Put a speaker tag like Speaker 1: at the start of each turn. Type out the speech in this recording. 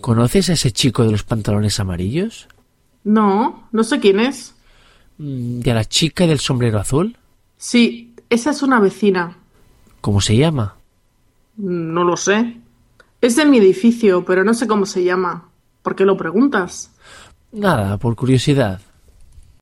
Speaker 1: ¿Conoces a ese chico de los pantalones amarillos?
Speaker 2: No, no sé quién es.
Speaker 1: Mm, ¿De la chica del sombrero azul?
Speaker 2: Sí, esa es una vecina.
Speaker 1: ¿Cómo se llama?
Speaker 2: No lo sé. Es de mi edificio, pero no sé cómo se llama. ¿Por qué lo preguntas?
Speaker 1: Nada, por curiosidad.